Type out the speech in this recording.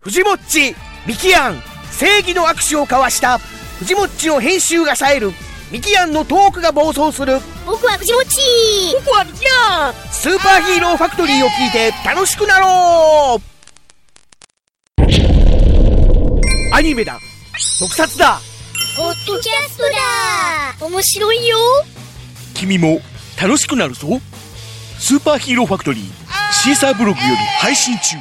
藤もっちミキアン正義の握手を交わした藤もっちの編集が冴えるミキアンのトークが暴走する僕は藤もっち僕はミキアンスーパーヒーローファクトリーを聞いて楽しくなろうアニメだ特撮だポッドキャストだ面白いよ君も楽しくなるぞスーパーヒーローファクトリーシーサーブログより配信中